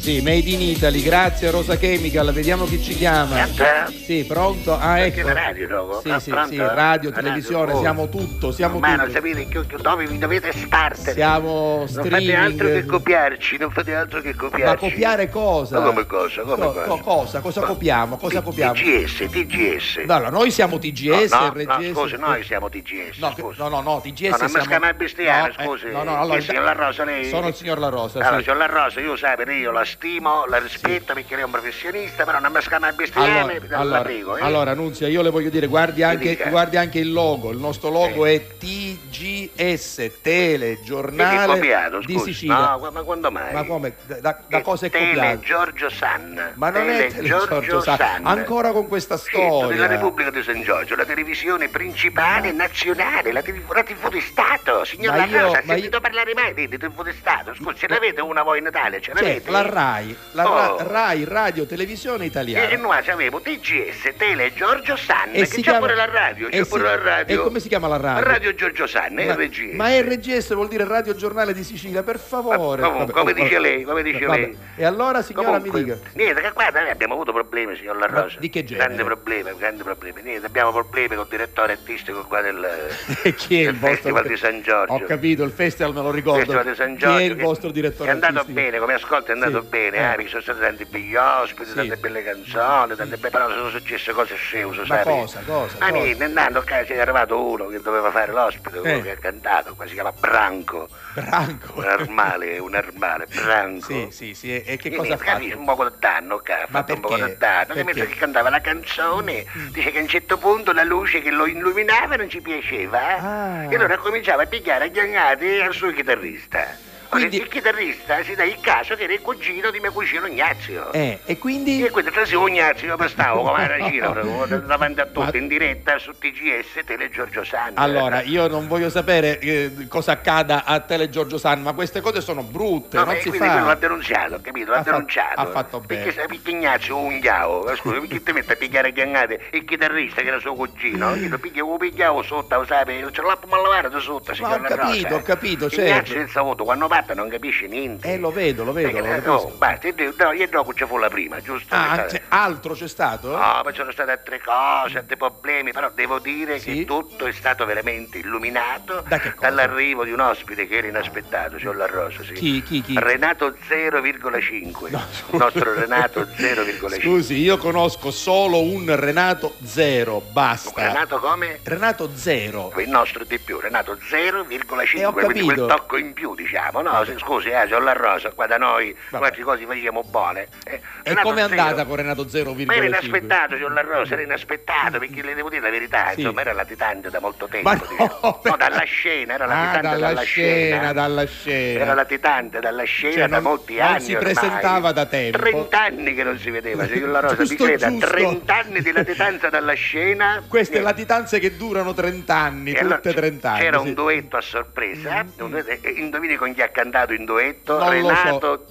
Sì, Made in Italy, grazie a Rosa Chemical, vediamo chi ci chiama. Pronto? Sì, pronto? Ah, Perché ecco. la radio, loco? Sì, Ah, sì, pronto? sì, La radio, radio, televisione, oh. siamo tutto, siamo Ma non tutto. sapete che dove vi dovete spartere. Siamo non fate altro che streaming. copiarci, non fate altro che Ma copiarci. copiare cosa? Ma come cosa? Come cosa? co- cosa? Cosa Ma- copiamo? Cosa T- copiamo? TGS, TGS. No, allora, noi siamo TGS, no, no, RGS. scusi, noi siamo TGS. No, che- scusi. no, no, no, TGS No, non mi siamo... chiama bestiale, No, eh, scusi. no, no, allora, Il signor La Rosa, lei... Sono il signor La Rosa, Allora, sì. signor La Rosa, io sapete, io la stimo, la rispetto perché lei è un professionista, però non mi chiama bestiale, Allora, la allora, prego, eh. allora, Nunzia, io le voglio dire, guardi anche, dica. guardi anche il logo, il nostro logo è TGS, Quindi telegiornale copiato, di scusi. Sicilia. No, gu- ma quando mai? Ma come? Da, da- da È cosa è Tele copiato? Giorgio San. Ma non è Tele Giorgio San, ancora con questa Scelto della storia. Repubblica di San Giorgio, la televisione principale nazionale, la TV, la TV di Stato, signor Ma La io- Rosa, ma ha sentito io- parlare mai di di TV di Stato? Scusi, ce l'avete una voi in Italia, ce Cioè, l'avete? la RAI, la Ra- Oh. RAI Radio Televisione E, e Italiana. noi avevo TGS, Tele Giorgio San, E che si c'è chiama- pure la radio, c'è e si- pure la radio. e come si chiama la radio? Radio Giorgio San, ma, RGS. ma RGS vuol dire Radio Giornale di Sicilia, per favore. Ma- ma- Vabbè, come vabbè. oh, dice lei, come dice Vabbè. lei. E allora signora mi dica. Niente, che guarda, noi abbiamo avuto problemi, signor La Ma Rosa. di che genere? Grande problema, grande problema. Niente, abbiamo problemi col direttore artistico qua del, E chi è del il vostro Festival di San Giorgio. Ho capito, il festival me lo ricordo. Festival di San Chi è Giorgio il che- vostro direttore che è andato artistico? bene come ascolto è andato Sì, bene eh. eh, vi sono stati tanti begli ospiti Sì. tante belle canzoni tante belle però sono successe cose sceuso Ma sai cosa, cosa, ma cosa? Ah, niente intanto qua c'è arrivato uno che doveva fare l'ospite Eh. quello che ha cantato qua si chiama Branco Branco. un armale un armale Branco Sì, sì, sì. E e che Io cosa ha mi capisco, fatto? Un po' di danno, che ha Ma fatto un po' perché? di danno. Perché? Mm. Nel mentre che cantava la canzone, dice che a un certo punto la luce che lo illuminava non ci piaceva. Ah. E allora cominciava a pigliare a ghiagnate al suo chitarrista. Ora, Quindi- il chitarrista si dà il caso che era il cugino di mio cugino Ignazio. Eh, e quindi? E quindi tra sì, Ignazio io stavo come una cina, davanti a tutti, Ma- in diretta su TGS Tele Giorgio Sanni. Allora, io non voglio sapere eh, cosa accada a Tele Giorgio San, ma queste cose sono brutte, No, non beh, si quindi quello l'ha fa. denunciato, capito? L'ha Ha fa- denunciato. ha fatto bene. Perché, sai, perché Ignazio è un ghiao, scusa, perché ti mette a pigliare a ghiangate il chitarrista che era suo cugino? Io lo pigliavo, lo pigliavo sotto, lo sai, c'è l'appo malavare da sotto, signora ho capito, Rosa. ho capito, certo. Ignazio senza voto, quando parte non capisce niente. Eh, lo vedo, lo vedo. Perché, lo eh, capisco. no, basta, e de- no, io dopo ci fu la prima, giusto? Ah, Perché- c'è- altro c'è stato? No, poi ci sono state altre cose, altri problemi, però devo dire Sì. che tutto è stato veramente illuminato Da che cosa? dall'arrivo di un ospite che era inaspettato, signor La Rosa, sì. Chi, chi, chi? Renato 0,5. No, scusi. il nostro Renato 0,5. Scusi, io conosco solo un Renato Zero, basta. Renato come? Renato Zero. Il nostro di più, Renato 0,5, Eh, ho quindi quel capito. tocco in più, diciamo, no? Se- Scusi, eh, signor La Rosa, qua da noi Vabbè. qualche cosa facciamo buone. Eh, E Renato com'è zero. andata con Renato Ma era 0,5? inaspettato, signor La Rosa, era inaspettato, perché le devo dire la verità, Sì. insomma, era latitante da molto tempo. Ma no, diciamo. però- No, dalla scena, era Ah, latitante dalla dalla, scena, scena, dalla scena. Era latitante dalla scena Cioè, da non- molti non anni si ormai. presentava da tempo. 30 anni che non si vedeva, signor La Rosa, mi Giusto, creda, giusto. 30 anni di latitanza dalla scena. Queste Eh, latitanze che durano 30 anni, e allora tutte c- 30 anni. C'era sì. Mm. un duetto a sorpresa, eh? un duetto- e indovini con chi ha cantato in duetto? Non lo Renato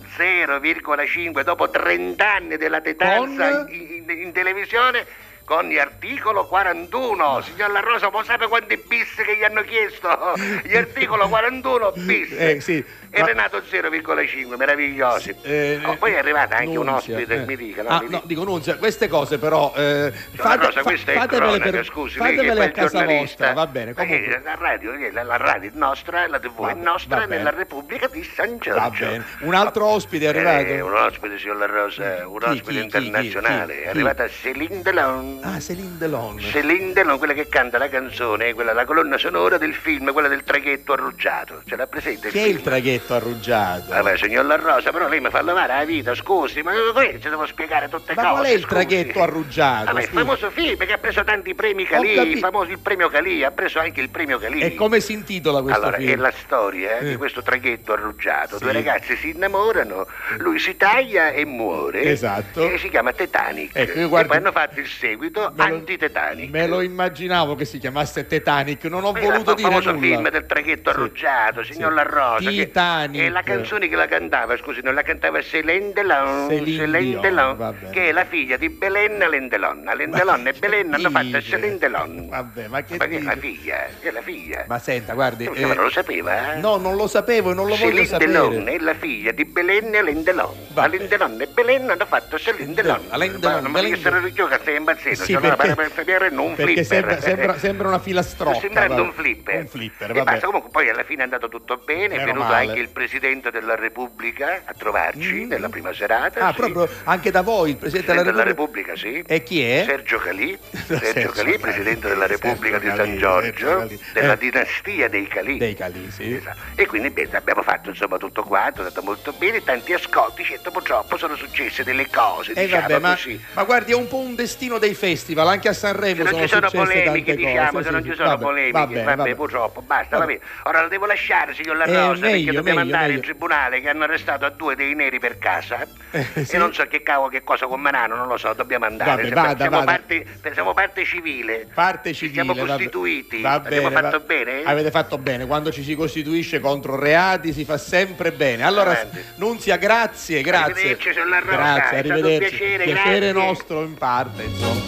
0,5 dopo 30 anni della tetanza Con? in, in- in televisione con l'articolo 41. Signor La Rosa, può sapere quante bis che gli hanno chiesto? Gli articolo 41 bis. Eh, sì, E ma- Renato 0,5, meravigliosi. Eh, Oh, poi è arrivata anche un Nunzia, ospite, eh. mi dica. no, Ah, mi no, dica. dico Nunzia, queste cose però eh, Signora fate- Rosa, fa- questa è fatemele cronaca, per- scusi, lei che fatemele fa a il casa giornalista. vostra, va bene, Ma che comunque. la radio, eh, la, la radio è nostra, la TV Va- è nostra va bene. nella Repubblica di San Giorgio. Va bene. Un altro ospite è Eh, arrivato? un ospite, signor La Rosa, un Chi, ospite chi, chi, internazionale. chi, chi? È arrivata Céline Delon. Ah, Céline Delon. Céline Delon, quella che canta la canzone, quella, la colonna sonora del film, quella del traghetto arruggiato. Ce l'ha presente? Che è film? il traghetto arruggiato? Vabbè, signor La Rosa, però lei mi fa lavare la vita, scusi, ma come ci devo spiegare tutte Ma cose? qual è il scusi? traghetto arruggiato, Vabbè, il scusi? famoso film che ha preso tanti premi Ah, Ho Calì, capito. il famoso il premio Calì, ha preso anche il premio Calì. E come si intitola questo allora, film? è la storia eh, Eh. di questo traghetto arruggiato. Sì. Due ragazzi si innamorano, lui si taglia e muore. Esatto. E si chiama Titanic. Ecco, io E guardi- poi hanno fatto il seguito subito Me lo- anti-Titanic. Me lo immaginavo che si chiamasse Titanic, non ho Poi voluto il dire famoso nulla. film del traghetto Sì. arruggiato, signor Sì. La Rosa. che- Titanic. E la canzone che la cantava, scusi, non la cantava Céline Delon, Céline Dion, Delon, va bene. che è la figlia di Belen Lendelon. A Ma Lendelon e che Belen hanno fatto dite? Céline Delon. Vabbè, ma che Ma che è la dite? figlia, che è la figlia. Ma senta, guardi. Ma non lo sapeva, eh? No, non lo sapevo e non lo voglio Céline sapere. Delon è la figlia di Belen e Lendelon. Va A bene. Lendelon e Belen hanno fatto Céline Delon. A Alain Delon, Ma Alain che sarà Delon. il gioco stai impazzendo, Sì, cioè, allora, perché- per Fabiare non un perché flipper. sembra- sembra- sembra una filastrocca, Sta Sembrando un vabbè. flipper. Un flipper, E vabbè. basta, comunque poi alla fine è andato tutto bene, Meno è venuto male. anche il Presidente della Repubblica a trovarci Mm. nella prima serata. Ah, sì. proprio anche da voi, il Presidente Presidente della della Repubblica. Repubblica, sì. E chi è? Sergio Calì, Sergio Sergio Calì, Calì, Presidente della Sergio Repubblica di Calì, San Sergio Giorgio, Calì. della Eh. dinastia dei Calì. Dei Calisi. Esatto. E quindi beh, abbiamo fatto insomma tutto quanto, è andato molto bene, tanti ascolti, certo purtroppo sono successe delle cose, E diciamo Eh, vabbè, ma, così. ma guardi, è un po' un destino dei festival, anche a Sanremo Se non sono ci sono successe polemiche, tante diciamo, cose. se sì, non sì, ci sono vabbè, polemiche, vabbè, vabbè, vabbè. purtroppo, basta, va Vabbè. bene. Ora lo devo lasciare, signor La Eh, meglio, Rosa, perché dobbiamo meglio, andare meglio. in tribunale che hanno arrestato a due dei neri per casa. Eh, sì. E non so che cavolo, che cosa con Manano, non lo so, dobbiamo andare. Vabbè, Sembra- vada, siamo, vada. Parte, siamo parte civile. Parte Ci civile. Siamo vabbè. costituiti. Va Abbiamo bene, fatto va- bene? Avete fatto bene. Quando ci si costituisce contro reati si fa sempre bene. Allora, Veramente. Nunzia, grazie, grazie. Arrivederci, sono la Rosa, è Grazie, stato un arrivederci. piacere, grazie. nostro in parte, insomma.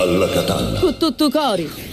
alla Catalla. Cuttutucori.